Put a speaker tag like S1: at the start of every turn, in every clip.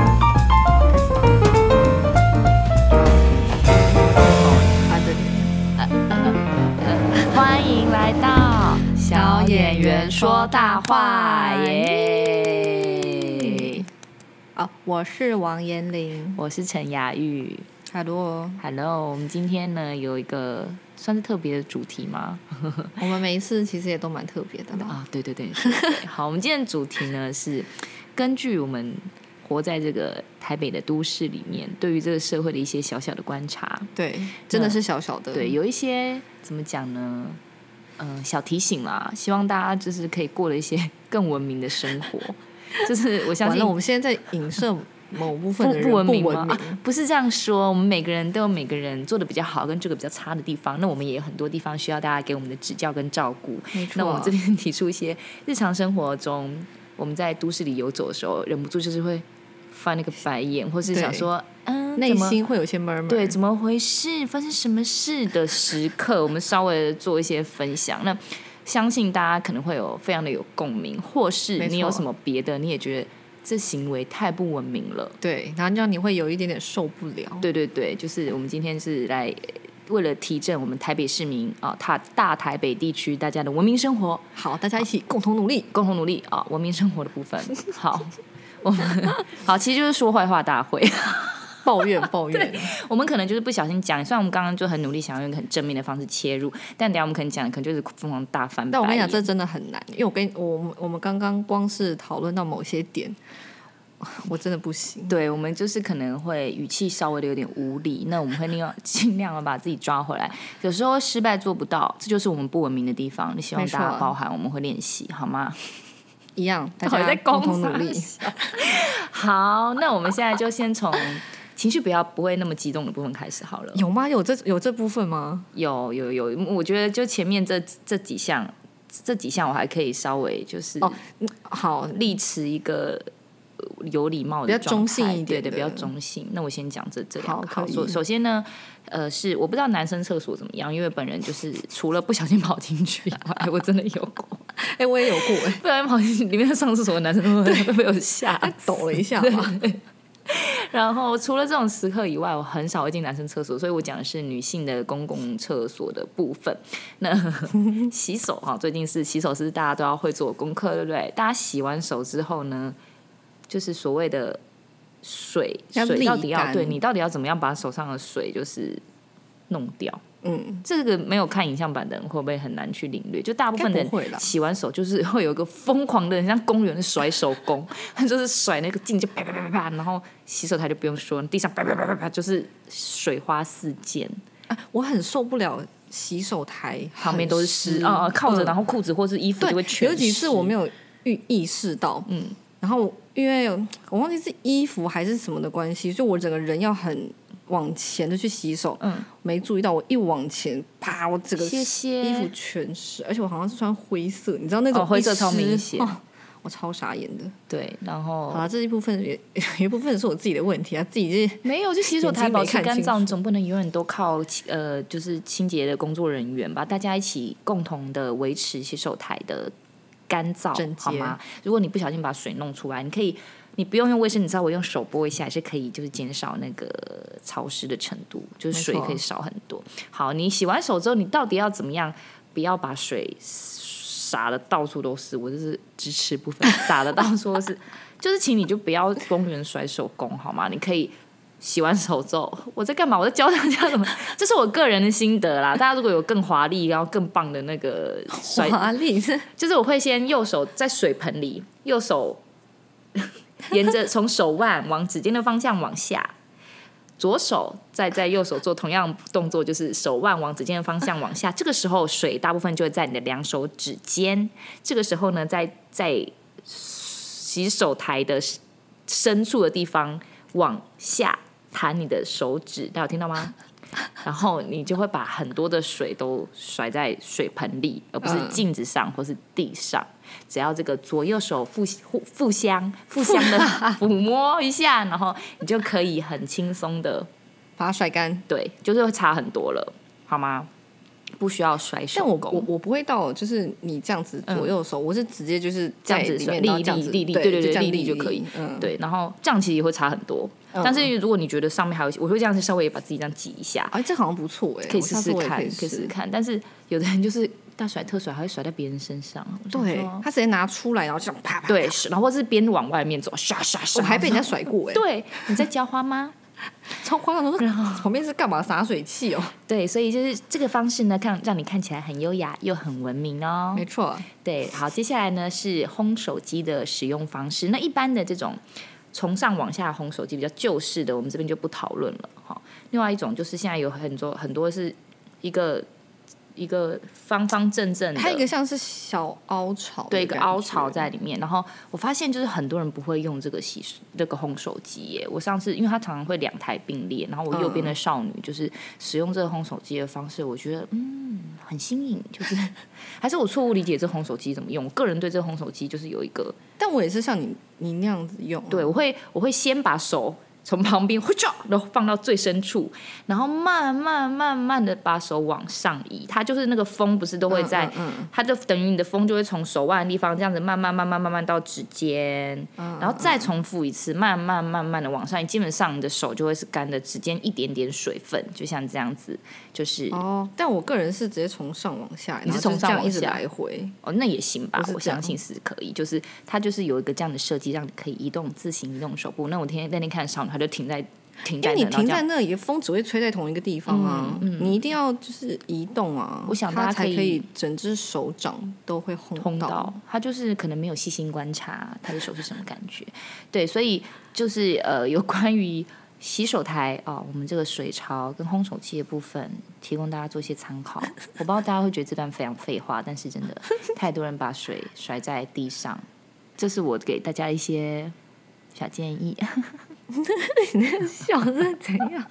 S1: 啊
S2: 说大话耶！
S1: 哦，我是王彦霖。
S2: 我是陈雅玉
S1: ，Hello，
S2: ，Hello，我们今天呢有一个算是特别的主题吗？
S1: 我们每一次其实也都蛮特别的啦。
S2: 啊，对对对，是对 好，我们今天的主题呢是根据我们活在这个台北的都市里面，对于这个社会的一些小小的观察，
S1: 对，真的是小小的。
S2: 对，，有一些怎么讲呢？嗯、小提醒啦，希望大家就是可以过了一些 更文明的生活。就是我相
S1: 完
S2: 信
S1: 了，我们现在在影射某部分
S2: 不
S1: 的人
S2: 不文明
S1: 不
S2: 吗、
S1: 文
S2: 啊
S1: 明。
S2: 不是这样说，我们每个人都有每个人做的比较好跟做的比较差的地方，那我们也有很多地方需要大家给我们的指教跟照顾。
S1: 没错
S2: 那我们这边 提出一些日常生活中，我们在都市里游走的时候，忍不住就是会翻那个白眼，或是想说，嗯，
S1: 内
S2: 怎么
S1: 心会有些 murmur。
S2: 对，怎么回事？发生什么事的时刻，我们稍微做一些分享。那相信大家可能会有非常的有共鸣，或是
S1: 没
S2: 你有
S1: 错
S2: 什么别的，你也觉得这行为太不文明了。
S1: 对，然后让你会有一点点受不了。
S2: 对对对，就是我们今天是来呃为了提振我们台北市民啊，大大台北地区大家的文明生活，
S1: 好，大家一起共同努 力。
S2: 共同努力啊，文明生活的部分。好，我们 好，其实就是说坏话大会。
S1: 抱怨抱怨，
S2: 我们可能就是不小心讲，虽然我们刚刚就很努力想要用一个很正面的方式切入，但等一下我们可能讲，可能就是疯狂大翻白眼。
S1: 但我跟你讲，这真的很难，因为我跟我们我们刚刚光是讨论到某些点， 我真的不行。
S2: 对我们就是可能会语气稍微的有点无力，那我们会另外尽量地把自己抓回来。有时候失败做不到，这就是我们不文明的地方。希望
S1: 没错
S2: 大家包涵，我们会练习，好吗？
S1: 一样，大
S2: 到底
S1: 家
S2: 在
S1: 共
S2: 攻
S1: 同努力。
S2: 啥小 好，那我们现在就先从情绪不要不会那么激动的部分开始好了。
S1: 有吗？有这有这部分吗？
S2: 有有有，我觉得就前面这这几项，这几项我还可以稍微就是
S1: 哦好，
S2: 力持一个呃有礼貌的
S1: 比较
S2: 状
S1: 中
S2: 态
S1: 性一
S2: 对
S1: 点
S2: 对，
S1: 的
S2: 比较中性。那我先讲这这两
S1: 好
S2: 个好
S1: 可以
S2: 首首先呢，呃，是我不知道男生厕所怎么样，因为本人就是除了不小心跑进去以外， 我真的有过
S1: 哎、我也有过、哎，
S2: 不小心跑进去，里面上厕所的男生都会会被我吓
S1: 抖了一 下吧。
S2: 然后除了这种时刻以外，我很少会进男生厕所，所以我讲的是女性的公共厕所的部分。那 洗手哈，最近是洗手是大家都要会做的功课，对不对？大家洗完手之后呢，就是所谓的水
S1: 要
S2: 水
S1: 沥
S2: 到底要
S1: 干
S2: 对你到底要怎么样把手上的水就是弄掉？
S1: 嗯，
S2: 这个没有看影像版的人会不会很难去领略？就大部分的
S1: 应该不会啦
S2: 人洗完手就是会有一个疯狂的人，像公园甩手工， 他就是甩那个劲就啪啪啪啪啪，然后洗手台就不用说，地上啪啪啪啪啪就是水花四溅，
S1: 啊我很受不了洗手台
S2: 旁边都是
S1: 很
S2: 湿
S1: 湿
S2: 啊、啊靠着，
S1: 嗯
S2: 然后裤子或是衣服就会
S1: 对，
S2: 全
S1: 有几次
S2: 湿
S1: 我没有预意识到，嗯，然后因为我忘记是衣服还是什么的关系，就我整个人要很往前的去洗手，
S2: 嗯，
S1: 没注意到，我一往前，啪，我整个
S2: 谢谢
S1: 衣服全湿，而且我好像是穿灰色，你知道那种、
S2: 哦灰色超明显
S1: 哦，我超傻眼的。
S2: 对，然
S1: 好
S2: 后
S1: 了，这一部分也 有一部分是我自己的问题啊，自己 是
S2: 没有就洗手台
S1: 眼睛没
S2: 保持
S1: 看
S2: 干
S1: 清
S2: 燥，你总不能永远都靠呃就是清洁的工作人员吧，大家一起共同的维持洗手台的干燥
S1: 整洁
S2: 好吗？如果你不小心把水弄出来，你可以，你不用用卫生纸，稍微用手拨一下，也是可以，就是减少那个潮湿的程度，就是水
S1: 没错
S2: 可以少很 多。好，你洗完手之后，你到底要怎么样？不要把水洒的到处都是，我就是支持部分洒的到处都是，就是请你就不要公园甩手工好吗？你可以。洗完手之后，我在干嘛？我在教大家怎么，这是我个人的心得啦。大家如果有更华丽，然后更棒的那个 甩
S1: 华丽，是
S2: 就是我会先右手在水盆里，右手 沿着从手腕往指尖的方向往下，左手再在右手做同样动作，就是手腕往指尖的方向往下。这个时候水大部分就会在你的两手指尖。这个时候呢，在在洗手台的深处的地方往下弹你的手指，大家有听到吗？然后你就会把很多的水都甩在水盆里，而不是
S1: 嗯
S2: 镜子上或是地上。只要这个左右手互互互相互相的抚摸一下，然后你就可以很轻松的，
S1: 把它甩干。
S2: 对，就是会差很多了，好吗？不需要甩手
S1: 但我我
S2: 工。嗯
S1: 我不会到，就是你这样子左右手，我是直接就是
S2: 这
S1: 在
S2: 样子
S1: 里面，
S2: 立
S1: 然后这样子
S2: 立立立，
S1: 对
S2: 对
S1: 这
S2: 对，
S1: 样
S2: 立立
S1: 立
S2: 就可以。
S1: 嗯，
S2: 对，然后这样其实也会差很多。但是如果你觉得上面还有一些，我会这样子稍微把自己这样挤一下，
S1: 哎，这好像不错哎，
S2: 可以
S1: 我
S2: 试
S1: 下次
S2: 试
S1: 我也
S2: 看，
S1: 可
S2: 可
S1: 以
S2: 以试试
S1: 试。
S2: 看。但是有的人就是大甩特甩还会甩在别人身上。我想
S1: 对
S2: 说
S1: 他直接拿出来，然后就这样啪啪。
S2: 对，是然后或是边往外面走，刷刷
S1: 我
S2: 刷，
S1: 还被人
S2: 家
S1: 家甩过哎、
S2: 对你在浇花吗？
S1: 超夸张！我说 旁边是干嘛洒水器哦？
S2: 对，所以就是这个方式呢，看让你看起来很优雅又很文明哦
S1: 没。错，
S2: 对，好，接下来呢是烘手机的使用方式。那一般的这种从上往下烘手机比较旧式的，我们这边就不讨论了哈。另外一种就是现在有很多很多是一个一个方方正正的，
S1: 还有一个像是小凹槽，
S2: 嗯对一个凹槽。在里面。然后我发现就是很多人不会用这个洗这个烘手机耶。我上次因为它常常会两台并列，然后我右边的少女就是使用这个烘手机的方式，我觉得嗯很新颖，就是 还是我错误理解这烘手机怎么用。我个人对这烘手机就是有一个，
S1: 但我也是像你你那样子用啊，
S2: 对我会我会先把手。从旁边呼 叫，然后放到最深处，然后慢慢慢慢的把手往上移。它就是那个风，不是
S1: 嗯，
S2: 都会在
S1: 嗯嗯
S2: 它就等于你的风就会从手腕的地方这样子慢慢慢慢慢慢到指尖，
S1: 嗯
S2: 然后再重复一次，慢慢慢慢的往上，基本上你的手就会是干的，指尖一点点水分，就像这样子，就是哦
S1: 哦，但我个人是直接从上往下，
S2: 你
S1: 然后
S2: 是
S1: 就
S2: 从上
S1: 这样一直
S2: 往下
S1: 来回，
S2: 哦那也行吧
S1: 我，是
S2: 我
S1: 这样
S2: 相信是可以，就是它就是有一个这样的设计，让你可以移动自行移动手部。那我天天那天看少女，她就停在停
S1: 因
S2: 在
S1: 为
S2: 那，
S1: 你
S2: 然后
S1: 停
S2: 这样嗯
S1: 在那里，风只会吹在同一个地方啊，你一定要就是移动啊，
S2: 我想大
S1: 它
S2: 家
S1: 才
S2: 可以
S1: 可以整只手掌都会
S2: 通
S1: 轰
S2: 道， 他就是可能没有细心观察他的手是什么感觉。对，所以就是呃，有关于洗手台啊、我们这个水槽跟烘手器的部分，提供大家做一些参考。 我不知道大家会觉得这段非常废话，但是真的太多人把水甩在地上，这是我给大家一些小 建议。
S1: 笑是怎样？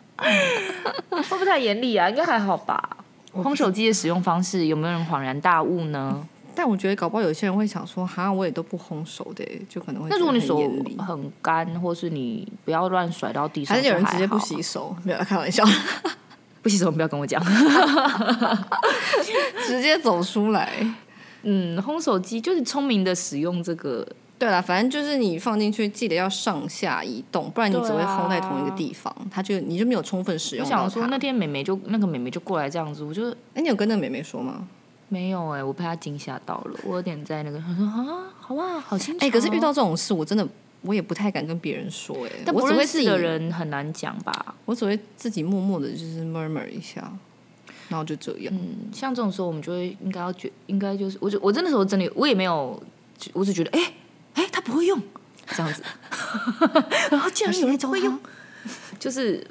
S2: 会不会太严厉啊？应该还好吧。烘手机的使用方式有没有人恍然大悟呢？
S1: 但我觉得搞不好有些人会想说，哈，我也都不烘手的，就可能会
S2: 那如果你
S1: 觉得
S2: 手
S1: 很严厉
S2: 很干，或是你不要乱甩到地上，
S1: 还是有人直接不
S2: 洗。
S1: 洗手，没有开玩笑，
S2: 不洗手不要跟我讲。
S1: 直接走出来。
S2: 嗯，烘手机就是聪明的使用这个，
S1: 对啦，反正就是你放进去，记得要上下移动，不然你只会
S2: 对啊
S1: 烘在同一个地方，它就你就没有充分使
S2: 我
S1: 用到它。
S2: 想说那天美美就那个美美就过来这样子，我就
S1: 哎、你有跟那个妹妹说吗？
S2: 没有哎、我被她惊吓到了，我有点在那个，她说啊，好啊，好心
S1: 哎、
S2: 哎、
S1: 可是遇到这种事，我真的我也不太敢跟别人说、哎，
S2: 但
S1: 我
S2: 不
S1: 只会
S2: 认
S1: 自
S2: 识
S1: 己
S2: 的，人很难讲吧？
S1: 我只会自己默默的，就是 murmur 一下，然后就这样。
S2: 嗯，像这种时候我们就会应该要觉，应该就是我就我真的时候真的我也没有，我只觉得哎哎、她不会用这样子， 然后竟然有人会用， 就是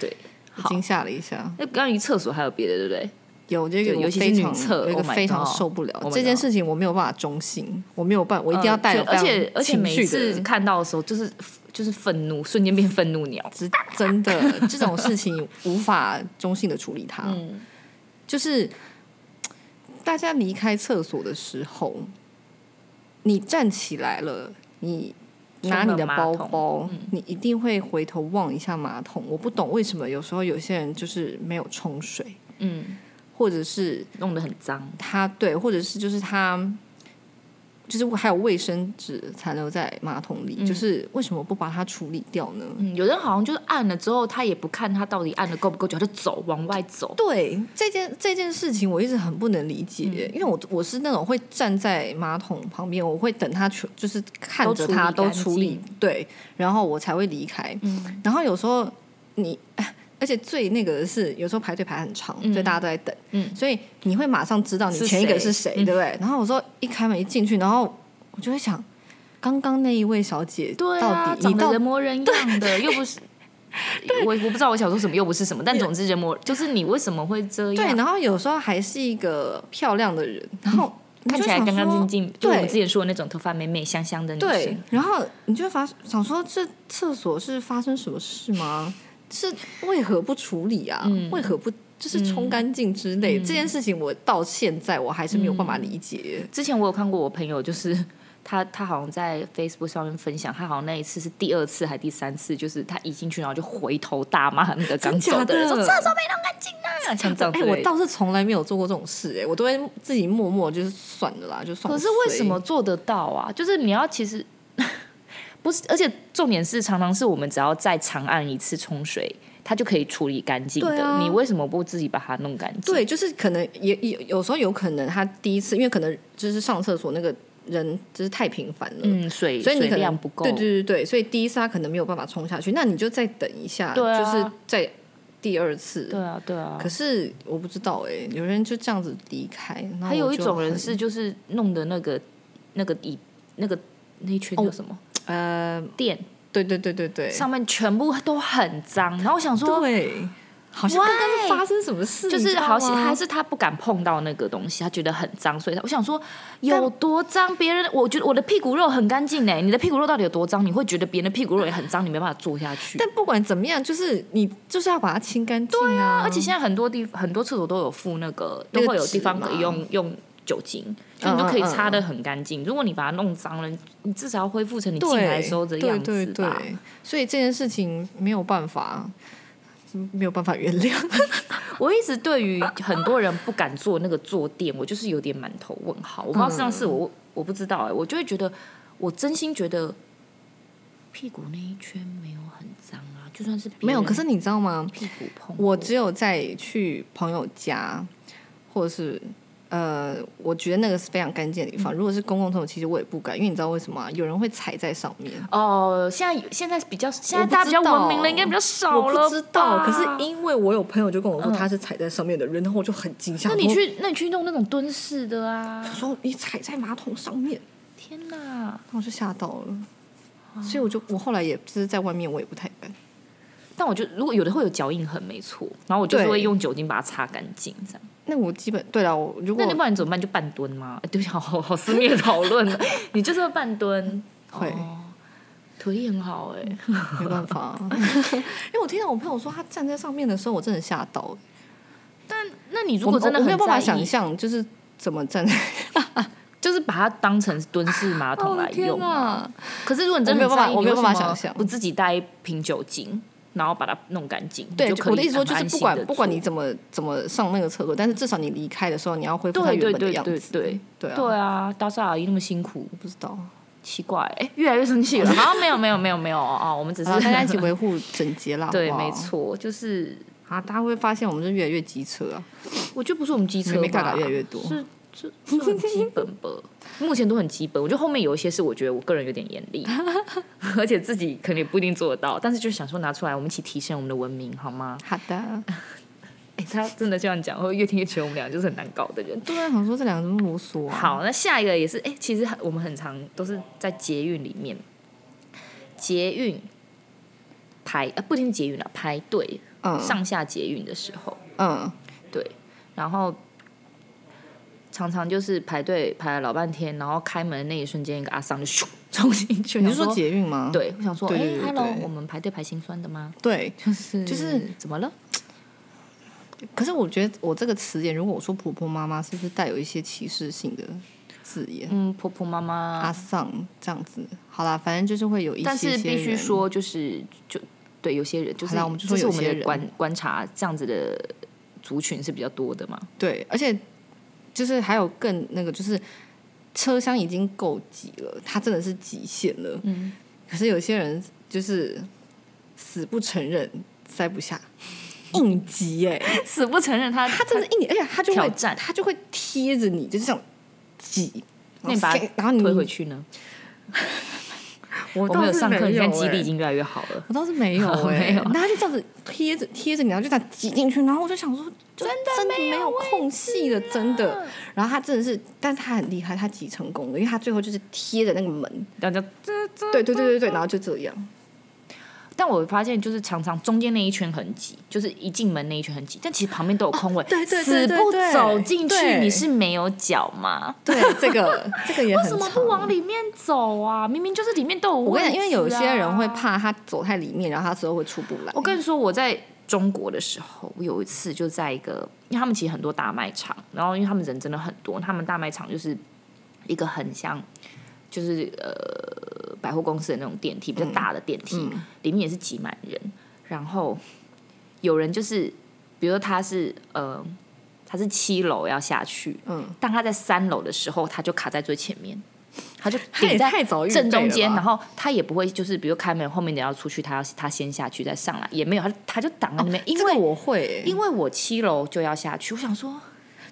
S2: 对。
S1: 我
S2: 好
S1: 惊吓了一下，
S2: 那关于厕所还有别的对不对？
S1: 有这个
S2: 对
S1: 我
S2: 尤其是
S1: 非
S2: 女
S1: 常
S2: 厕
S1: 有一
S2: Oh
S1: 个
S2: my
S1: 非常
S2: God
S1: 受不了
S2: Oh my
S1: 这件
S2: God
S1: 事情，我没有办法中性，我没有办，我一定要带有
S2: 嗯而且而且
S1: 情
S2: 每
S1: 绪的
S2: 次
S1: 人，
S2: 看到的时候，就是就是愤怒，瞬间变愤怒鸟。
S1: 只真的这种事情无法中性的处理它，
S2: 嗯，
S1: 就是大家离开厕所的时候，你站起来了，你拿你的包
S2: 冲了马嗯
S1: 包，你一定会回头望一下马桶。我不懂为什么有时候有些人就是没有冲水，
S2: 嗯，
S1: 或者是
S2: 弄得很脏。
S1: 他对，或者是就是他。就是还有卫生纸残留在马桶里，就是为什么不把它处理掉呢？
S2: 嗯，有人好像就是按了之后，他也不看他到底按的够不够久，他就走往外走。
S1: 对这件这件事情，我一直很不能理
S2: 嗯
S1: 解，因为我我是那种会站在马桶旁边，我会等他全就是看着他
S2: 都
S1: 都
S2: 处
S1: 处
S2: 理
S1: 理，对，然后我才会离开。
S2: 嗯
S1: 然后有时候你， 而且最那个的是，有时候排队排很长，
S2: 嗯
S1: 所以大家都在等，
S2: 嗯
S1: 所以你会马上知道你
S2: 是
S1: 前一个
S2: 谁
S1: 是谁，
S2: 嗯
S1: 对不对？然后我说一开门一进去，然后我就会想，刚刚那一位小姐，
S2: 对
S1: 到
S2: 啊，
S1: 底你
S2: 长
S1: 到
S2: 得人模人样的，又不是。我我不知道我想说什么，又不是什么，但总之人模就是你为什么会这
S1: 对，
S2: 样？
S1: 然后有时候还是一个漂亮的人，然后你
S2: 嗯看
S1: 就
S2: 起来
S1: 想
S2: 干干
S1: 说
S2: 净净，就我们
S1: 对
S2: 之前说的那种头发美美香香的女
S1: 对
S2: 生。，
S1: 然后你就会发想说，这厕所是发生什么事吗？是为何不处理啊？
S2: 嗯
S1: 为何不就是冲干净之类？这件事情我到现在我还是没有办法理解。
S2: 之前我有看过我朋友，就是 他他好像在 Facebook 上面分享，他好像那一次是第二次还第三次，就是他一进去然后就回头大骂那个刚走人，说
S1: 真
S2: 厕
S1: 假的
S2: 所没弄干净啊，像这样
S1: 哎、
S2: 之类
S1: 我
S2: 的
S1: 倒是从来没有做过这种事、哎，我都会自己默默就是算了啦，就算
S2: 可
S1: 了
S2: 是为什么做得到啊？就是你要其实 不是，而且重点是常常是我们只要再长按一次冲水，它就可以处理干净
S1: 对
S2: 的。
S1: 啊
S2: 你为什么不自己把它弄干净？
S1: 对，就是可能也有有时候有可能他第一次，因为可能就是上厕所那个人就是太频繁了，
S2: 嗯，水
S1: 所以你
S2: 水
S1: 可
S2: 量
S1: 能
S2: 不够，
S1: 对对对对，所以第一次他可能没有办法冲下去，那你就再等一下，
S2: 对啊
S1: 就是再第二次。
S2: 对啊对啊
S1: 可。是我不知道哎、有人就这样子离开，然后
S2: 还有
S1: 我
S2: 一
S1: 就
S2: 种人
S1: 很
S2: 是就是弄的那个那个椅那个那一圈叫什么、
S1: 呃，
S2: 垫
S1: 对对对对哦对，
S2: 上面全部都很脏，然后我想说。
S1: 对，好像刚刚
S2: Why？
S1: 是发生什么事，
S2: 就
S1: 你知
S2: 是
S1: 道
S2: 好像
S1: 吗
S2: 还是他不敢碰到那个东西，他觉得很脏，所以他我想说有多脏？别人我觉得我的屁股肉很干净哎，你的屁股肉到底有多脏？你会觉得别人的屁股肉也很脏，你没办法坐下去。
S1: 但不管怎么样，就是你就是要把它清干净啊
S2: 而且现在很多地很多厕所都有附那个，
S1: 那
S2: 都
S1: 个
S2: 会有地方
S1: 纸嘛
S2: 可以用用酒精，就
S1: 嗯
S2: 你就可以
S1: 嗯
S2: 擦的很干净。如果你把它弄脏了，你至少要恢复成你进
S1: 对
S2: 来时候的样
S1: 对
S2: 子
S1: 对
S2: 吧。
S1: 对，所以这件事情没有办法，没有办法原谅。
S2: 我一直对于很多人不敢做那个坐垫，我就是有点满头问号。我不知道上次
S1: 嗯
S2: 我我不知道哎、我就会觉得，我真心觉得屁股那一圈没有很脏啊，就算是别
S1: 没有，
S2: 人
S1: 可是你知道吗？
S2: 屁股碰
S1: 我
S2: 过
S1: 只有在去朋友家，或者是呃，我觉得那个是非常干净的
S2: 嗯
S1: 地方。如果是公共厕所，其实我也不敢，因为你知道为什么、啊？有人会踩在上面。
S2: 哦，现在现在比较现在
S1: 我不
S2: 大家比较
S1: 知道
S2: 文明了，应该比较少
S1: 我
S2: 了吧。嗯
S1: 不知道，可是因为我有朋友就跟我说他是踩在上面的人，然后我就很惊吓。
S2: 那你
S1: 我
S2: 去，那你去弄那种蹲式的啊！
S1: 说你踩在马桶上面，
S2: 天哪！
S1: 那我就吓到了，
S2: 啊
S1: 所以我就我后来也就是在外面我也不太敢。
S2: 但我觉得，如果有的会有脚印痕，没错，然后我就是
S1: 对
S2: 会用酒精把它擦干净，这样。
S1: 那我基本对了，我如
S2: 那
S1: 果
S2: 你不然你怎么办？就半蹲吗？哎对不起，好好好私密的讨论了。你就是会半蹲，
S1: 会
S2: 哦腿力很好哎、
S1: 没办法 啊，因为我听到我朋友说他站在上面的时候，我真的吓到了。
S2: 但那你如
S1: 我
S2: 果真的
S1: 我
S2: 很
S1: 没有办法
S2: 在意哦
S1: 想，象，就是怎么站在
S2: 就是把它当成蹲式马桶来用啊。
S1: 啊！
S2: 可是如果你真的
S1: 哦我没有办法我没有
S2: 很在意你为
S1: 办
S2: 什
S1: 法
S2: 么
S1: 想象
S2: 不自己带一瓶酒精，然后把它弄干净，
S1: 对
S2: 你就，可以
S1: 我的意思说，
S2: 很
S1: 就是
S2: 安
S1: 不
S2: 心
S1: 管
S2: 地
S1: 不管你
S2: 做
S1: 怎么怎么上那个厕所，但是至少你离开的时候，你要恢复它
S2: 对
S1: 原
S2: 对
S1: 本的
S2: 对
S1: 样
S2: 对
S1: 子。
S2: 对
S1: 对啊，
S2: 对啊，打扫阿姨那么辛苦，
S1: 不知 道。
S2: 奇怪，哎，越来越生 气了。好，没有没有没有没有哦，哦我们只是
S1: 好啦大家一 起维护整洁啦，
S2: 对，
S1: 好不好
S2: 没错，就是
S1: 啊，大家会发现我们是越来越机车啊，
S2: 我觉得不是我们机车吧，
S1: 没没嘎嘎越来越多
S2: 是这这很基本吧？ 目前都很基本，我觉得后面有一些是我觉得我个人有点严 厉，而且自己可能也不一定做得到，但是就想说拿出来，我们一起提升我们的文明，好吗？
S1: 好的。
S2: 哎，他真的这样讲，我越听越觉得我们俩就是很难搞的 人。
S1: 对啊，想说这两个怎么啰嗦啊？
S2: 好，那下一个也是，哎、其实很我们很常都是在捷运里面，捷运排呃，不一定是捷运了，排队、
S1: 嗯
S2: 上下捷运的时候，
S1: 嗯，
S2: 对，然后常常就是排队排了老半天，然后开门的那一瞬间，一个阿桑就咻冲进去，
S1: 你
S2: 我
S1: 是
S2: 想
S1: 说捷运吗？
S2: 对，我想说，哎、
S1: 对对对
S2: h e l l o
S1: 对
S2: 我们排队排心酸的吗？
S1: 对，
S2: 就是
S1: 就是
S2: 怎么了？
S1: 可是我觉得我这个词眼，如果我说婆婆妈妈，是不是带有一些歧视性的字眼？
S2: 嗯，婆婆妈妈
S1: 阿丧这样子，好啦，反正就是会有一些
S2: 但是必须
S1: 人，
S2: 说，就是就对有些人，就是
S1: 好啦我们就
S2: 这
S1: 说
S2: 是
S1: 有
S2: 我们
S1: 些
S2: 的
S1: 人
S2: 观观察这样子的族群是比较多的嘛。
S1: 对，而且就是还有更那个，就是车厢已经够挤了，它真的是极限了。
S2: 嗯，
S1: 可是有些人就是死不承认，塞不下，硬挤 耶、
S2: 死不承认他
S1: 他真的是硬，而且他就
S2: 挑
S1: 会
S2: 战
S1: 他就会贴着你，就是这样挤。
S2: 那你把它
S1: 然后你
S2: 推回，去呢？
S1: 我
S2: 我
S1: 倒
S2: 们有
S1: 是
S2: 上课，你看
S1: 有
S2: 记忆力
S1: 欸
S2: 已经越来越好了。
S1: 我倒是没有哎、
S2: 没有
S1: 然后他就这样子贴着贴着你，然后就这样挤进去，然后我就想说，真的真的没有空隙了，真
S2: 啊
S1: 的。然后他真的是，但是他很厉害，他挤成功了，因为他最后就是贴着那个门，
S2: 大家这这，
S1: 对对对对对，然后就这样。
S2: 但我发现就是常常中间那一圈很挤，就是一进门那一圈很挤，但其实旁边都有空位，
S1: 哦对对对
S2: 死
S1: 对
S2: 不
S1: 对
S2: 走进去，
S1: 对
S2: 你是没有脚吗？
S1: 对，这 个这个也
S2: 为
S1: 很
S2: 什么
S1: 长
S2: 不往里面走啊？明明就是里面都有、位
S1: 我跟你讲，因为有
S2: 置
S1: 些人
S2: 啊
S1: 会怕他走太里面，然后他之后会出不来。
S2: 我跟你说，我在中国的时候，我有一次就在一个，因为他们其实很多大卖场，然后因为他们人真的很多，他们大卖场就是一个很像，就是呃百货公司的那种电梯，比较大的电梯，里面也是挤满人，然后有人就是，比如说他是呃他是七楼要下去，
S1: 嗯
S2: 当他在三楼的时候，他就卡在最前面。他就
S1: 他
S2: 顶
S1: 也
S2: 在
S1: 太早预备
S2: 正中
S1: 了
S2: 间，
S1: 吧
S2: 然后他也不会就是比如开门后面的要出去，他要他先下去再上来，也没有，他他就挡在那边，因
S1: 这个
S2: 为
S1: 我会、欸
S2: 因为我七楼就要下去，我想说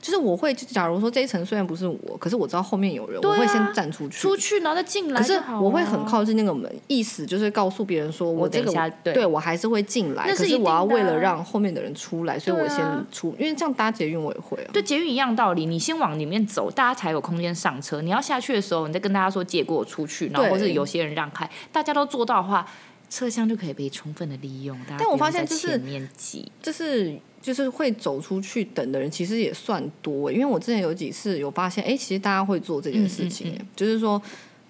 S1: 就是我会，就假如说这一层虽然不是我，可是我知道后面有人，
S2: 对啊
S1: 我会先站出去。
S2: 出去然后再进来啊
S1: 可
S2: 就好
S1: 是
S2: 了，
S1: 我会很靠近那个门，意思就是告诉别人说
S2: 我
S1: 这
S2: 等
S1: 个
S2: 一下对
S1: 对我还是会进来，
S2: 那是
S1: 可
S2: 一
S1: 是
S2: 定
S1: 我
S2: 的啊
S1: 要为了让后面的人出来，所以我
S2: 对
S1: 先
S2: 啊
S1: 出，因为这样搭捷运我也会啊。
S2: 对捷运一样道理，你先往里面走，大家才有空间上车。你要下去的时候，你再跟大家说借过我出去，然后
S1: 对
S2: 或者有些人让开，大家都做到的话，车厢就可以被充分的利用。大家
S1: 但我
S2: 不用
S1: 发现
S2: 在
S1: 就是
S2: 前面挤，
S1: 就是就是会走出去等的人，其实也算多、欸因为我之前有几次有发现，哎、其实大家会做这件事情、欸
S2: 嗯嗯
S1: 就是说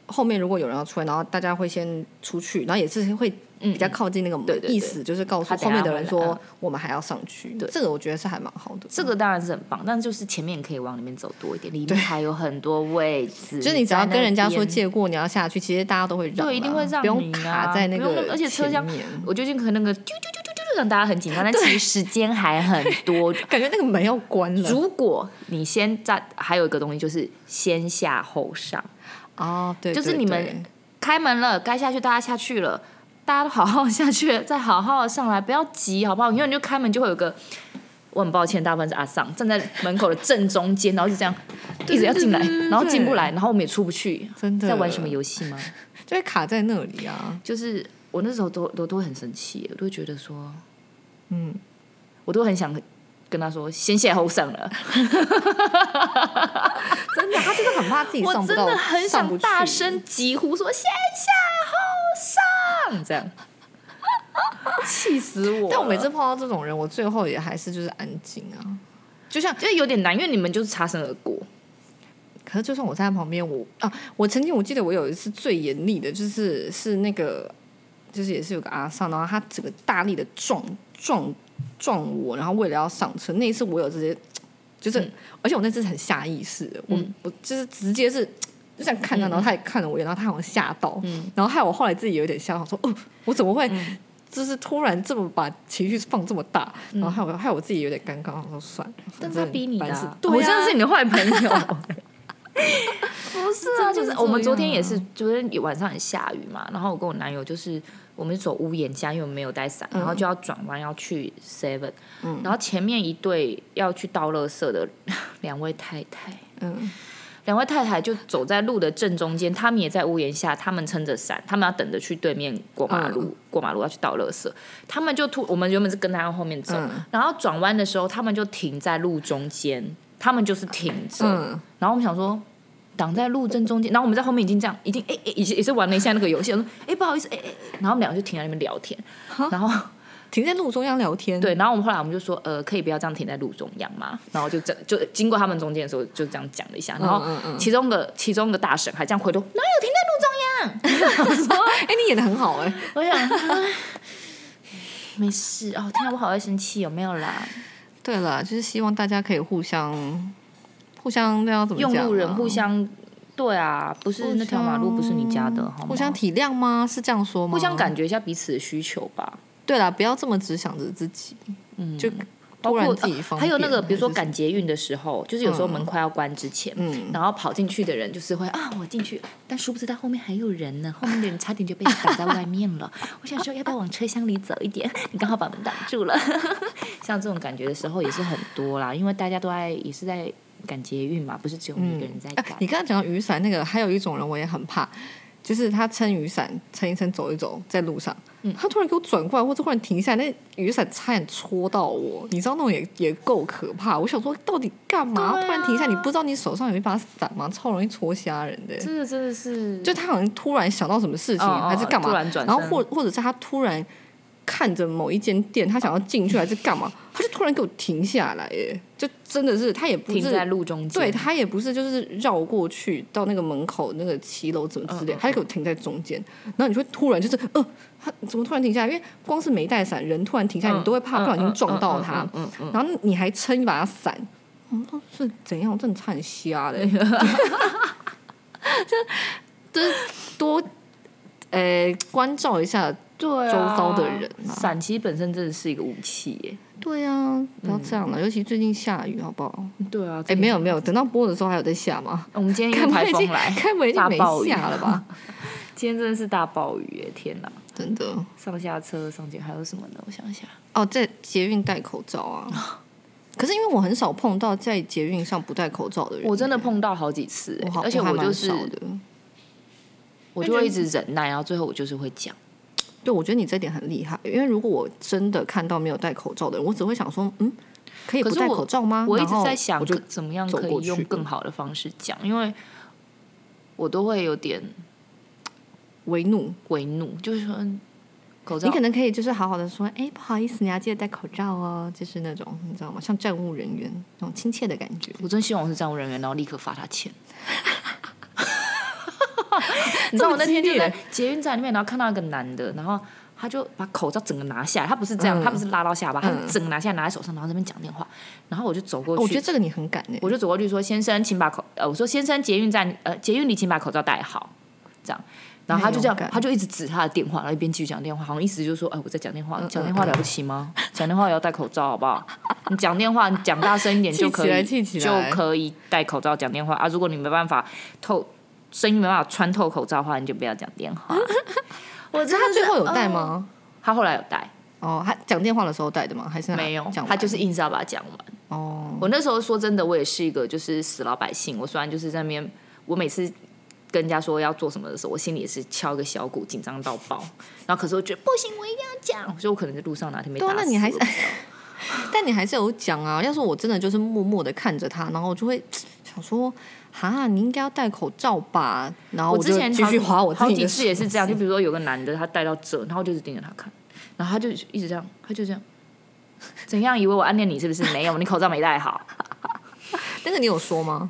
S1: 后面如果有人要出来，然后大家会先出去，然后也是会嗯比较靠近那个门，
S2: 嗯对对对
S1: 意思就是告诉
S2: 他等
S1: 后
S2: 下
S1: 面的人
S2: 会来
S1: 说
S2: 啊
S1: 我们还要上去。
S2: 对
S1: 这个我觉得是还蛮好的。
S2: 这个当然是很棒，但就是前面可以往里面走多一点，里面还有很多位 置。
S1: 就是你只要跟人家说
S2: 在那边
S1: 借过，你要下去，其实大家都会让啊，
S2: 对一定会让
S1: 不用
S2: 你啊
S1: 卡在那
S2: 不用
S1: 个
S2: 那，么而且车厢
S1: 面。
S2: 我究竟可能那个啾啾啾啾啾让大家很紧张，但其实时间还很多。
S1: 感觉那个门要关了
S2: 如果你先在，还有一个东西就是先下后上。
S1: 哦，对，
S2: 就是
S1: 对
S2: 你们
S1: 对
S2: 开门了，该下去大家下去了，大家都好好下去了，再好好的上来，不要急，好不好？因为你就开门就会有个，我很抱歉，大部分是阿桑站在门口的正中间，然后就这样一直要进来，然后进不来，然后我们也出不去，
S1: 真的
S2: 在玩什么游戏吗？
S1: 就会卡在那里啊。
S2: 就是我那时候都都都会很生气，我都会觉得说，
S1: 嗯，
S2: 我都很想跟他说先下后上了，
S1: 真的，他真的很怕自己
S2: 我
S1: 上不
S2: 真
S1: 到，
S2: 的很
S1: 上不
S2: 想大
S1: 去
S2: 声疾呼说先下后上，这样气死我了！
S1: 但我每次碰到这种人，我最后也还是就是安静啊。
S2: 就像就有点难，因为你们就是擦身而过，
S1: 可是就算我站在旁边，我啊，我曾经我记得我有一次最严厉的，就是是那个，就是也是有个阿桑，然后他整个大力的撞撞撞我，然后为了要上车，那一次我有直接就是，
S2: 嗯
S1: 而且我那次是很下意识的，我、
S2: 嗯
S1: 我就是直接是就这样看他，然后他也看了我一眼，然后他好像吓到，
S2: 嗯
S1: 然后害我后来自己有点吓到，说哦，我怎么会？就是突然这么把情绪放这么大，然后害我害我自己有点尴尬，我说算了。
S2: 嗯但是
S1: 反
S2: 他
S1: 正
S2: 逼你的、
S1: 烦死
S2: 啊，
S1: 对、啊，
S2: 我真的是你的坏朋友。欸 不是啊，
S1: 真的
S2: 就是是
S1: 这
S2: 我们昨天
S1: 样啊
S2: 也是，昨天也晚上很下雨嘛，然后我跟我男友就是我们走屋檐下，因为我们没有带伞，然后就要转弯要去 Seven，、
S1: 嗯
S2: 然后前面一对要去倒垃圾的两位太太，
S1: 嗯，
S2: 两位太太就走在路的正中间，他们也在屋檐下，他们撑着伞，他们要等着去对面过马路，
S1: 嗯
S2: 过马路要去倒垃圾。他们就突，我们原本是跟他后面走，
S1: 嗯
S2: 然后转弯的时候，他们就停在路中间，他们就是停着，
S1: 嗯
S2: 然后我们想说。挡在路正中间，然后我们在后面已经这样，已经哎哎，也、是也是玩了一下那个游戏，我说哎、不好意思哎哎、哎然后我们两个就停在那边聊天，然后
S1: 停在路中央聊天，，
S2: 对，然后我们后来我们就说，呃，可以不要这样停在路中央嘛。然后就这就经过他们中间的时候，就这样讲了一下。然后
S1: 嗯嗯
S2: 其中的其中的大婶还这样回头，哪有停在路中
S1: 哎、你演的很好哎、
S2: 央？我想，哎没事哦，天啊，我好会生气，有没有啦？
S1: 对了，就是希望大家可以互相互相那要怎么讲
S2: 用
S1: 啊、
S2: 路人互相，对啊，不
S1: 互
S2: 是那条马路不是你家的，好吗？
S1: 互相体谅吗？是这样说吗？
S2: 互相。感觉一下彼此的需求吧。
S1: 对了，不要这么只想着自己，
S2: 嗯，
S1: 就
S2: 包
S1: 突然
S2: 括
S1: 自己方便、
S2: 还有那个，比如说
S1: 还是
S2: 赶捷运的时候，就是有时候
S1: 嗯
S2: 门快要关之前，
S1: 嗯
S2: 然后跑进去的人就是会啊，我进去，但殊不知他后面还有人呢，后面的人差点就被挡在外面了。 我想说，要不要往车厢里走一点？你刚好把门挡住了。 像这种感觉的时候也是很多啦，因为大家都在也是在赶捷运嘛，不是只有你一个人在
S1: 哎、
S2: 赶。
S1: 你刚刚讲到雨伞那个，还有一种人我也很怕，就是他撑雨伞撑一撑走一走，在路上，
S2: 嗯
S1: 他突然给我转过来，或者忽然停下来，那雨伞差点戳到我，你知道那种也也够可怕。我想说，到底干嘛、
S2: 对啊
S1: 突然停下？你不知道你手上有一把伞吗？超容易戳瞎人的。
S2: 这个真的是
S1: 就他好像突然想到什么事情，
S2: 哦哦
S1: 还是干嘛，
S2: 突然转身
S1: 后或或者是他突然看着某一间店，他想要进去还是干嘛，他就突然给我停下来，耶，就真的是他也不是
S2: 停在路中间。
S1: 对他也不是，就是绕过去到那个门口那个骑楼怎么之类，
S2: 嗯嗯
S1: 他就给我停在中间，然后你就会突然就是呃，他怎么突然停下来？因为光是没带伞，人突然停下来，
S2: 嗯
S1: 你都会怕不小心撞到他
S2: 嗯，嗯嗯嗯嗯
S1: 然后你还撑一把伞，嗯，哦是怎样？我真的差点瞎 了欸，就就是多呃关照一下周
S2: 对
S1: 遭的人啊。
S2: 伞其实本身真的是一个武器耶。
S1: 对
S2: 嗯
S1: 啊，不要这样了，尤其最近下雨，好不好？
S2: 对啊，
S1: 哎，没有没有，等到播的时候还有在下吗？
S2: 我们 今天
S1: 该
S2: 因
S1: 不
S2: 为
S1: 会
S2: 台
S1: 已经
S2: 风来，
S1: 该不会已经
S2: 大
S1: 没
S2: 暴雨
S1: 下了 吧？
S2: 今天真的是大暴雨耶！天哪，
S1: 真的
S2: 上下车上街还有什么呢？我想一下，
S1: 哦，在捷运戴口罩 啊。可是因为我很少碰到在捷运上不戴口罩的人，
S2: 我真的碰到好几次耶
S1: 我，好，
S2: 而且
S1: 我还
S2: 我
S1: 蛮
S2: 就是
S1: 少的
S2: 我就会一直忍耐，然后最后我就是会讲。
S1: 对，我觉得你这点很厉害，因为如果我真的看到没有戴口罩的人，我只会想说，嗯，可以
S2: 可
S1: 不
S2: 是
S1: 戴
S2: 我
S1: 口罩吗？
S2: 啊我一直
S1: 然后
S2: 在想
S1: 我就
S2: 怎么样
S1: 走
S2: 可
S1: 过
S2: 以用
S1: 去
S2: 更好的方式讲，因为我都会有点
S1: 为怒，
S2: 为怒，就是说嗯口罩
S1: 你可能可以就是好好的说，哎，不好意思，你要记得戴口罩哦，就是那种你知道吗？像站务人员那种亲切的感觉。
S2: 我真希望我是站务人员，然后立刻罚他 钱。
S1: 这
S2: 你知道
S1: 么
S2: 我那天就
S1: 激烈
S2: 在捷运站里面，然后看到一个男的，然后他就把口罩整个拿下来，他不是这样，
S1: 嗯
S2: 他不是拉到下巴，他
S1: 嗯
S2: 是整个拿下来拿在手上，然后在那边讲电话，然后我就走过去，
S1: 哦我觉得这个你很敢哎、
S2: 我就走过去说：“先生，请把口……呃，我说先生，捷运站呃，捷运里请把口罩戴好。”这样，然后他就这样
S1: 很勇敢，
S2: 他就一直指他的电话，然后一边继续讲电话，好像意思就是说：“哎，我在讲电话，
S1: 嗯
S2: 讲电话
S1: 嗯
S2: 了不起吗？讲电话也要戴口罩，好不好？你讲电话，你讲大声一点就可 以，
S1: 气起来气起
S2: 就
S1: 来
S2: 可以戴口罩讲电话啊。如果你没办法透声音没办法穿透口罩的话，你就不要讲电话。我真
S1: 他
S2: 的
S1: 最
S2: 是
S1: 后有戴？
S2: 哦
S1: 吗？
S2: 他后来有戴，
S1: 哦，他讲电话的时候戴的吗？还是他
S2: 没有
S1: 讲，完
S2: 他就是硬是要把它讲完。
S1: 哦，
S2: 我那时候说真的，我也是一个就是死老百姓。我虽然就是在那边，我每次跟人家说要做什么的时候，我心里也是敲个小鼓，紧张到爆。然后可是我觉得不行，我一定要讲，所以我可能在路上哪天被
S1: 对
S2: 打
S1: 啊
S2: 死。，
S1: 那你还是
S2: 我不知道，
S1: 但你还是有讲啊。要是我真的就是默默的看着他，然后我就会想说，哈，你应该要戴口罩吧。然后
S2: 我
S1: 就
S2: 之前
S1: 继续 划我自
S2: 好
S1: 己
S2: 几
S1: 的
S2: 次
S1: 手，
S2: 也是这样。就比如说有个男的，他带到这，然后我就一直盯着他看，然后他就一直这样，他就这样，怎样？以为我暗恋你是不是？没有，你口罩没戴 好。
S1: 但是你有说吗？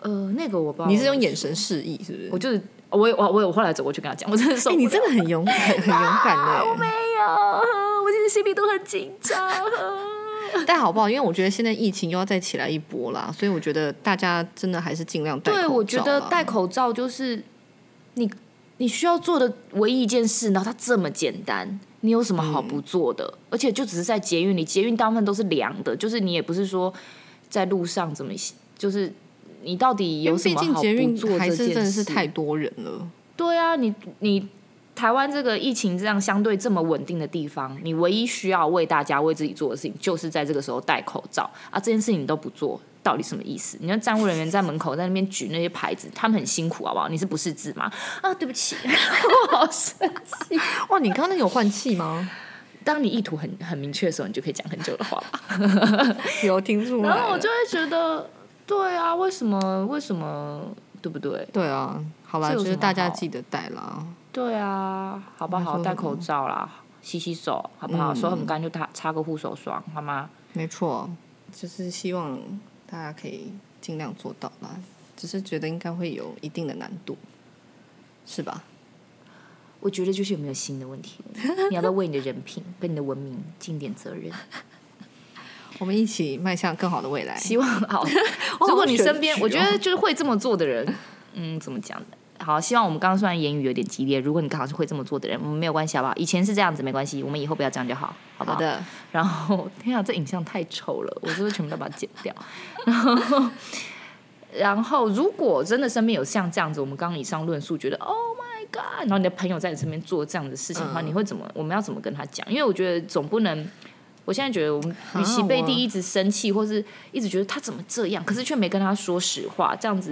S2: 呃，那个我不知道，
S1: 你是用眼神示意，是不是？
S2: 我就是我有我我有后来走过去跟他讲，我真的受
S1: 哎、
S2: 不了。
S1: 你真的很勇敢，很很勇敢 哎、
S2: 没有，我现在心里都很紧 张。
S1: 但好不好？因为我觉得现在疫情又要再起来一波啦，所以我觉得大家真的还是尽量戴口罩啊
S2: 对，
S1: 啦。
S2: 我觉得戴口罩就是你你需要做的唯一一件事，然后它这么简单，你有什么好不做的？
S1: 嗯
S2: 而且就只是在捷运里，捷运大部分都是凉的，就是你也不是说在路上怎么，就是你到底
S1: 因
S2: 有
S1: 为
S2: 什
S1: 毕
S2: 么
S1: 竟
S2: 好
S1: 捷
S2: 不
S1: 运
S2: 做
S1: 还
S2: 这
S1: 是真
S2: 件
S1: 的是
S2: 事？
S1: 太多人了。
S2: 对啊，你你。台湾这个疫情这样相对这么稳定的地方，你唯一需要为大家为自己做的事情，就是在这个时候戴口罩啊！这件事情你都不做，到底什么意思？你看站务人员在门口在那边举那些牌子，他们很辛苦，好不啊好？你是不识字吗？啊，对不起， 我好生气。哦
S1: 哇，你刚刚那有换气吗？
S2: 当你意图很很明确的时候，你就可以讲很久的话吧。
S1: 有听出来了。
S2: 然后我就会觉得，对啊，为什么？为什么？对不对？
S1: 对啊，好啦，
S2: 这有
S1: 就
S2: 什
S1: 是
S2: 么
S1: 大家
S2: 好
S1: 记得戴啦。
S2: 对啊，好不
S1: 没
S2: 好？
S1: 错
S2: 戴口罩啦，洗洗手，好不好？
S1: 嗯
S2: 手很干就擦擦个护手霜，好吗？
S1: 没错，就是希望大家可以尽量做到啦，只是觉得应该会有一定的难度，是吧？
S2: 我觉得就是有没有新的问题， 你要不要为你的人品跟你的文明尽点责任？
S1: 我们一起迈向更好的未来。
S2: 希望 好。
S1: 好
S2: 如果你
S1: 选
S2: 身边，
S1: 举
S2: 我觉
S1: 哦
S2: 得就是会这么做的人，嗯，怎么讲呢？好，希望我们刚刚虽然言语有点激烈，如果你刚好是会这么做的人，我们没有关系，好不好？以前是这样子，没关系，我们以后不要这样就好，好不
S1: 好
S2: 好？
S1: 的，
S2: 然后天啊，这影像太丑了，我是不是全部都把它剪掉？然后，然后如果真的身边有像这样子，我们刚刚以上论述，觉得 Oh my God，然后你的朋友在你身边做这样的事情的话，
S1: 嗯
S2: 你会怎么？我们要怎么跟他讲？因为我觉得总不能。我现在觉得，我们
S1: 啊
S2: 与其背地
S1: 我
S2: 一直生气，或是一直觉得他怎么这样，可是却没跟他说实话，这样子，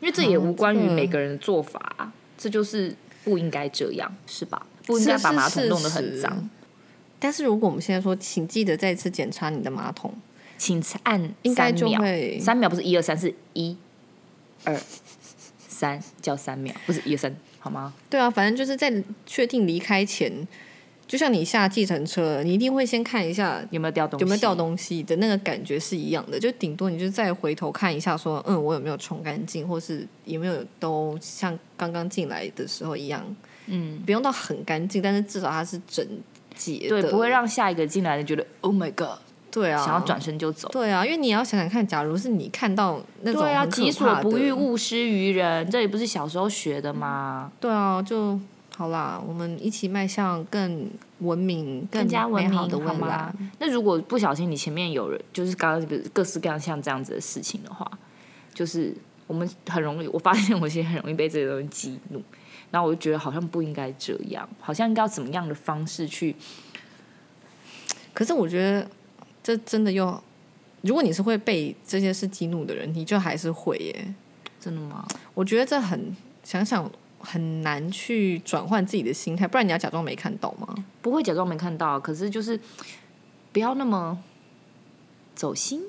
S2: 因为这也
S1: 啊
S2: 无关于
S1: 这个
S2: 每个人的做法啊，这就是不应该这样，是吧？不应
S1: 是
S2: 该把
S1: 是
S2: 马桶
S1: 事
S2: 弄得很
S1: 实
S2: 脏。
S1: 但是如果我们现在说，请记得再次检查你的马桶，
S2: 请按
S1: 应该
S2: 三
S1: 就
S2: 秒，
S1: 会
S2: 三秒不是一二三，是一二三，叫三秒，不是一二三，好吗？
S1: 对啊，反正就是在确定离开前，就像你下计程车，你一定会先看一下
S2: 有没有掉东西？
S1: 有没有掉东西的那个感觉是一样的，就顶多你就再回头看一下说，嗯，我有没有冲干净，或是有没有都像刚刚进来的时候一样，
S2: 嗯，
S1: 不用到很干净，但是至少它是整洁的，
S2: 对，不会让下一个进来的觉得 Oh my God，
S1: 对啊，
S2: 想要转身就走。
S1: 对啊，因为你要想想看，假如是你看到那种
S2: 对啊，
S1: 很可
S2: 己所
S1: 怕的
S2: 不欲，勿施于人，这也不是小时候学的吗？
S1: 对啊，就好啦，我们一起迈向更文明、
S2: 更加文
S1: 美
S2: 明
S1: 好的未
S2: 好
S1: 来
S2: 吗。那如果不小心你前面有人，就是刚刚比如各式各样像这样子的事情的话，就是我们很容易，我发现我其实很容易被这些东西激怒，然后我就觉得好像不应该这样，好像应该要怎么样的方式去，
S1: 可是我觉得这真的又，如果你是会被这些事激怒的人，你就还是会耶。
S2: 真的吗？
S1: 我觉得这很想想很难去转换自己的心态，不然你要假装没看到吗？
S2: 不会假装没看到，可是就是不要那么走心。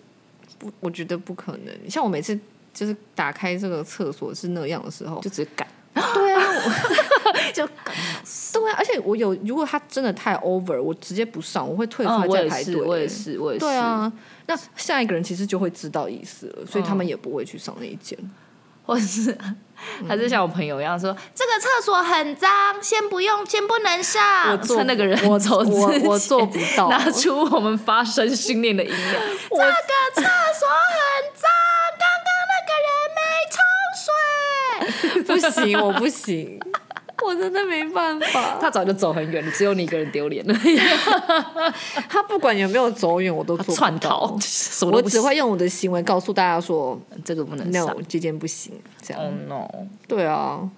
S1: 不，我觉得不可能。像我每次就是打开这个厕所是那样的时 候，
S2: 就只 敢
S1: 对啊，
S2: 就
S1: 对啊，而且我有，如果他真的太 over，我直接不上，我会退出
S2: 嗯，
S1: 来
S2: 我
S1: 再
S2: 也
S1: 排队、
S2: 是，我也是，我也是。嗯
S1: 对，啊，那下一个人其实就会知道意思了，所以他们也不会去上那一间。
S2: 或者是
S1: 嗯
S2: 还是像我朋友一样说，这个厕所很脏，先不用，先不能上。
S1: 我做
S2: 趁那个人
S1: 我
S2: 走之
S1: 我
S2: 前
S1: 我做 不到
S2: 拿出我们发声训练的音量。
S1: 我
S2: 这个厕所很脏，刚刚那个人没冲水。
S1: 不行，我不行， 我真的没办法。
S2: 他早就走很远了，只有你一个人丢脸了，
S1: 他他不管有没有走远，我都 做不
S2: 窜
S1: 到
S2: 逃，什么
S1: 我
S2: 都不
S1: 只
S2: 行。
S1: 会用我的行为告诉大家说
S2: 这个不能上。
S1: ，no，这件不行，这样。
S2: Oh no！
S1: 对啊，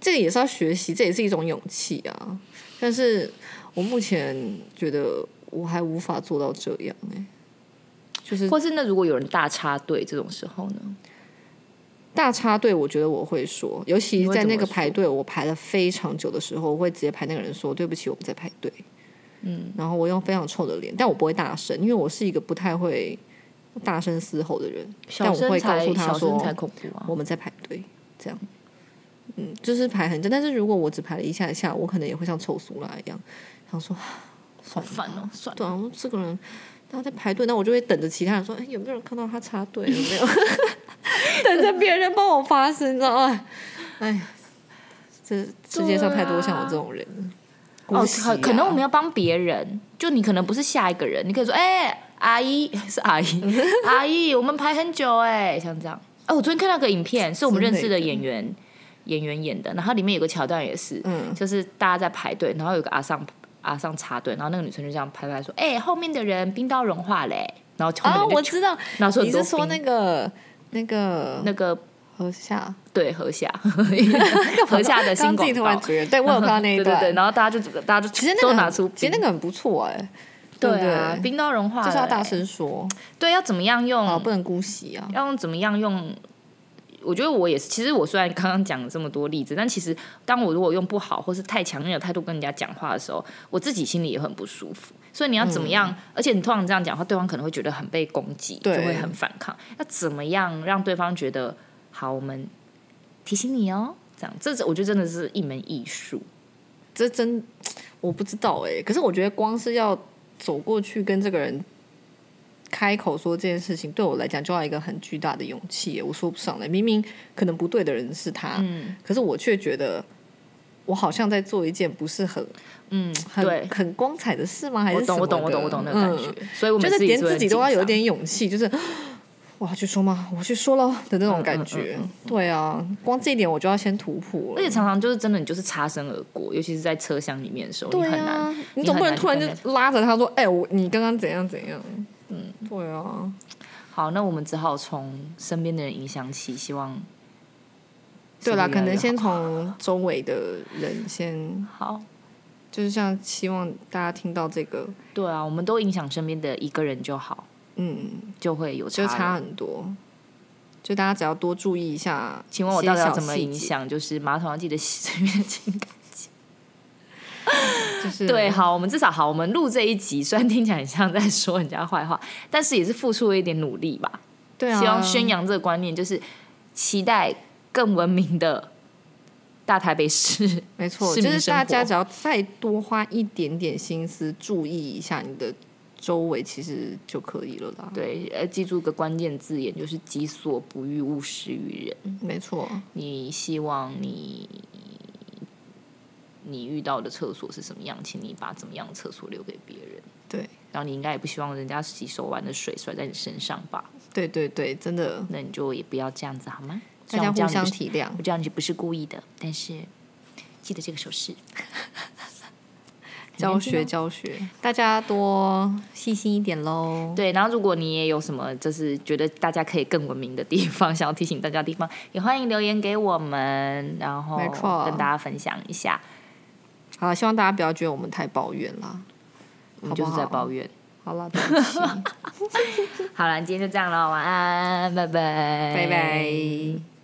S1: 这个也是要学习，这也是一种勇气啊。但是我目前觉得我还无法做到这样哎、就是
S2: 或是那如果有人大插队这种时候呢？
S1: 大插队，我觉得我会说，尤其
S2: 你会
S1: 在
S2: 怎
S1: 那
S2: 么
S1: 个排队我排了非常久的时候，我会直接排那个人说对不起，我们在排队。嗯，然后我用非常臭的脸，但我不会大声，因为我是一个不太会大声嘶吼的人，但
S2: 小
S1: 我
S2: 声
S1: 会告
S2: 才
S1: 诉他
S2: 小
S1: 说
S2: 声才恐怖啊！
S1: 我们在排队，这样。嗯，就是排很久，但是如果我只排了一下下，我可能也会像臭苏拉一样，想说，
S2: 好烦哦，算了。
S1: 对啊，我这个人他在排队，那我就会等着其他人说，哎，有没有人看到他插队？有没有？ 等着别人帮我发声，你知道吗？哎，这世界上太多像我这种人了。
S2: 哦
S1: 姑，息
S2: 可
S1: 啊
S2: 可能我们要帮别人，就你可能不是下一个人，你可以说，哎、阿姨是阿姨， 阿姨，我们排很久哎、像这样。哦，我昨天看到个影片，是我们认识的演员演员演的，然后里面有个桥段也是，
S1: 嗯
S2: 就是大家在排队，然后有个阿尚阿尚插队，然后那个女生就这样拍拍说，哎、后面的人冰刀融化嘞、然后后
S1: 啊，
S2: 面的人
S1: 我
S2: 就
S1: 知道，
S2: 拿出很
S1: 你
S2: 多
S1: 是 说
S2: 冰
S1: 那个那个
S2: 那个
S1: 河下
S2: 对河 下河下的新
S1: 刚自己
S2: 广
S1: 突然
S2: 告。
S1: 觉得，对我有看到那一
S2: 对
S1: 段，
S2: 对对，然后大家就大家就
S1: 其实那个
S2: 都
S1: 很
S2: 拿出
S1: 其实
S2: 冰，
S1: 那个很不错哎、不
S2: 对啊，冰刀融化了
S1: 就
S2: 欸，
S1: 是要大声说，
S2: 对，要怎么样用？
S1: 啊，不能姑息啊。
S2: 要用怎么样用？我觉得我也是，其实我虽然刚刚讲了这么多例子，但其实当我如果用不好或是太强硬的态度跟人家讲话的时候，我自己心里也很不舒服。所以你要怎么样？而且你通常这样讲话，对方可能会觉得很被攻击，就
S1: 嗯对
S2: 会很反抗。要怎么样让对方觉得好？我们提醒你哦，这样，这是我觉得真的是一门艺术。
S1: 这真我不知道哎、可是我觉得光是要走过去跟这个人开口说这件事情，对我来讲就要一个很巨大的勇气、欸，我说不上来。明明可能不对的人是他，
S2: 嗯
S1: 可是我却觉得。我好像在做一件不是很
S2: 嗯，对
S1: 很，很光彩的事吗？还
S2: 我
S1: 是什
S2: 懂，
S1: 么
S2: 我懂，我懂，我懂那个感觉。
S1: 嗯
S2: 所以我
S1: 就
S2: 每
S1: 是
S2: 次也
S1: 连
S2: 是会
S1: 自
S2: 很
S1: 己都
S2: 紧
S1: 要有
S2: 张
S1: 点勇气，就是我要去说吗？我去说喽的那
S2: 嗯
S1: 种感觉。对啊，光这一点我就要先突破
S2: 而
S1: 了。
S2: 且常常就是真的，你就是擦身而过，尤其是在车厢里面的时候，你
S1: 对
S2: 很难
S1: 啊，，你
S2: 你
S1: 总
S2: 很
S1: 不能
S2: 难
S1: 突然
S2: 跟人
S1: 就拉着他说：“哎、我你刚刚怎样怎样？”嗯，对啊，
S2: 好，那我们只好从身边的人影响起，希望
S1: 对啦，
S2: 是不是
S1: 可
S2: 越来
S1: 能
S2: 越
S1: 先从周围的人先，
S2: 好。
S1: 就是像希望大家听到这个，
S2: 对啊，我们都影响身边的一个人就好，
S1: 嗯，
S2: 就会有差
S1: 就
S2: 了。
S1: 差很多。就大家只要多注意一下，
S2: 请问我到底要怎么影？响？就是马桶要记得洗，随便 清干。
S1: 就是
S2: 对，好，我们至少好，我们录这一集，虽然听起来很像在说人家坏话，但是也是付出了一点努力吧。
S1: 对啊，
S2: 希望宣扬这个观念，就是期待更文明的大台北市。
S1: 没错，
S2: 市
S1: 就
S2: 民
S1: 是
S2: 生
S1: 大家
S2: 活
S1: 只要再多花一点点心思，注意一下你的周围，其实就可以了啦。
S2: 对，呃，记住个关键字眼，就是“己所不欲，勿施于人
S1: 嗯没错，”。
S2: 你希望你你遇到的厕所是什么样，请你把怎么样的厕所留给别人。
S1: 对，
S2: 然后你应该也不希望人家洗手完的水甩在你身上吧？
S1: 对对对，真的，
S2: 那你就也不要这样子好吗？
S1: 大家
S2: 虽然
S1: 互
S2: 我知道
S1: 相
S2: 你不是
S1: 体谅
S2: 我。知道你不是故意的，但是记得这个手势。
S1: 教学教学，大家多细心一点喽。
S2: 对，然后如果你也有什么就是觉得大家可以更文明的地方， 想要提醒大家的地方，也欢迎留言给我们，然后
S1: 没错
S2: 跟大家分享一下。
S1: 好了，希望大家不要觉得我们太抱怨啦。
S2: 我们就是在抱怨。
S1: 好了，对不 起
S2: 好了，今天就这样了，晚安，拜拜，
S1: 拜拜。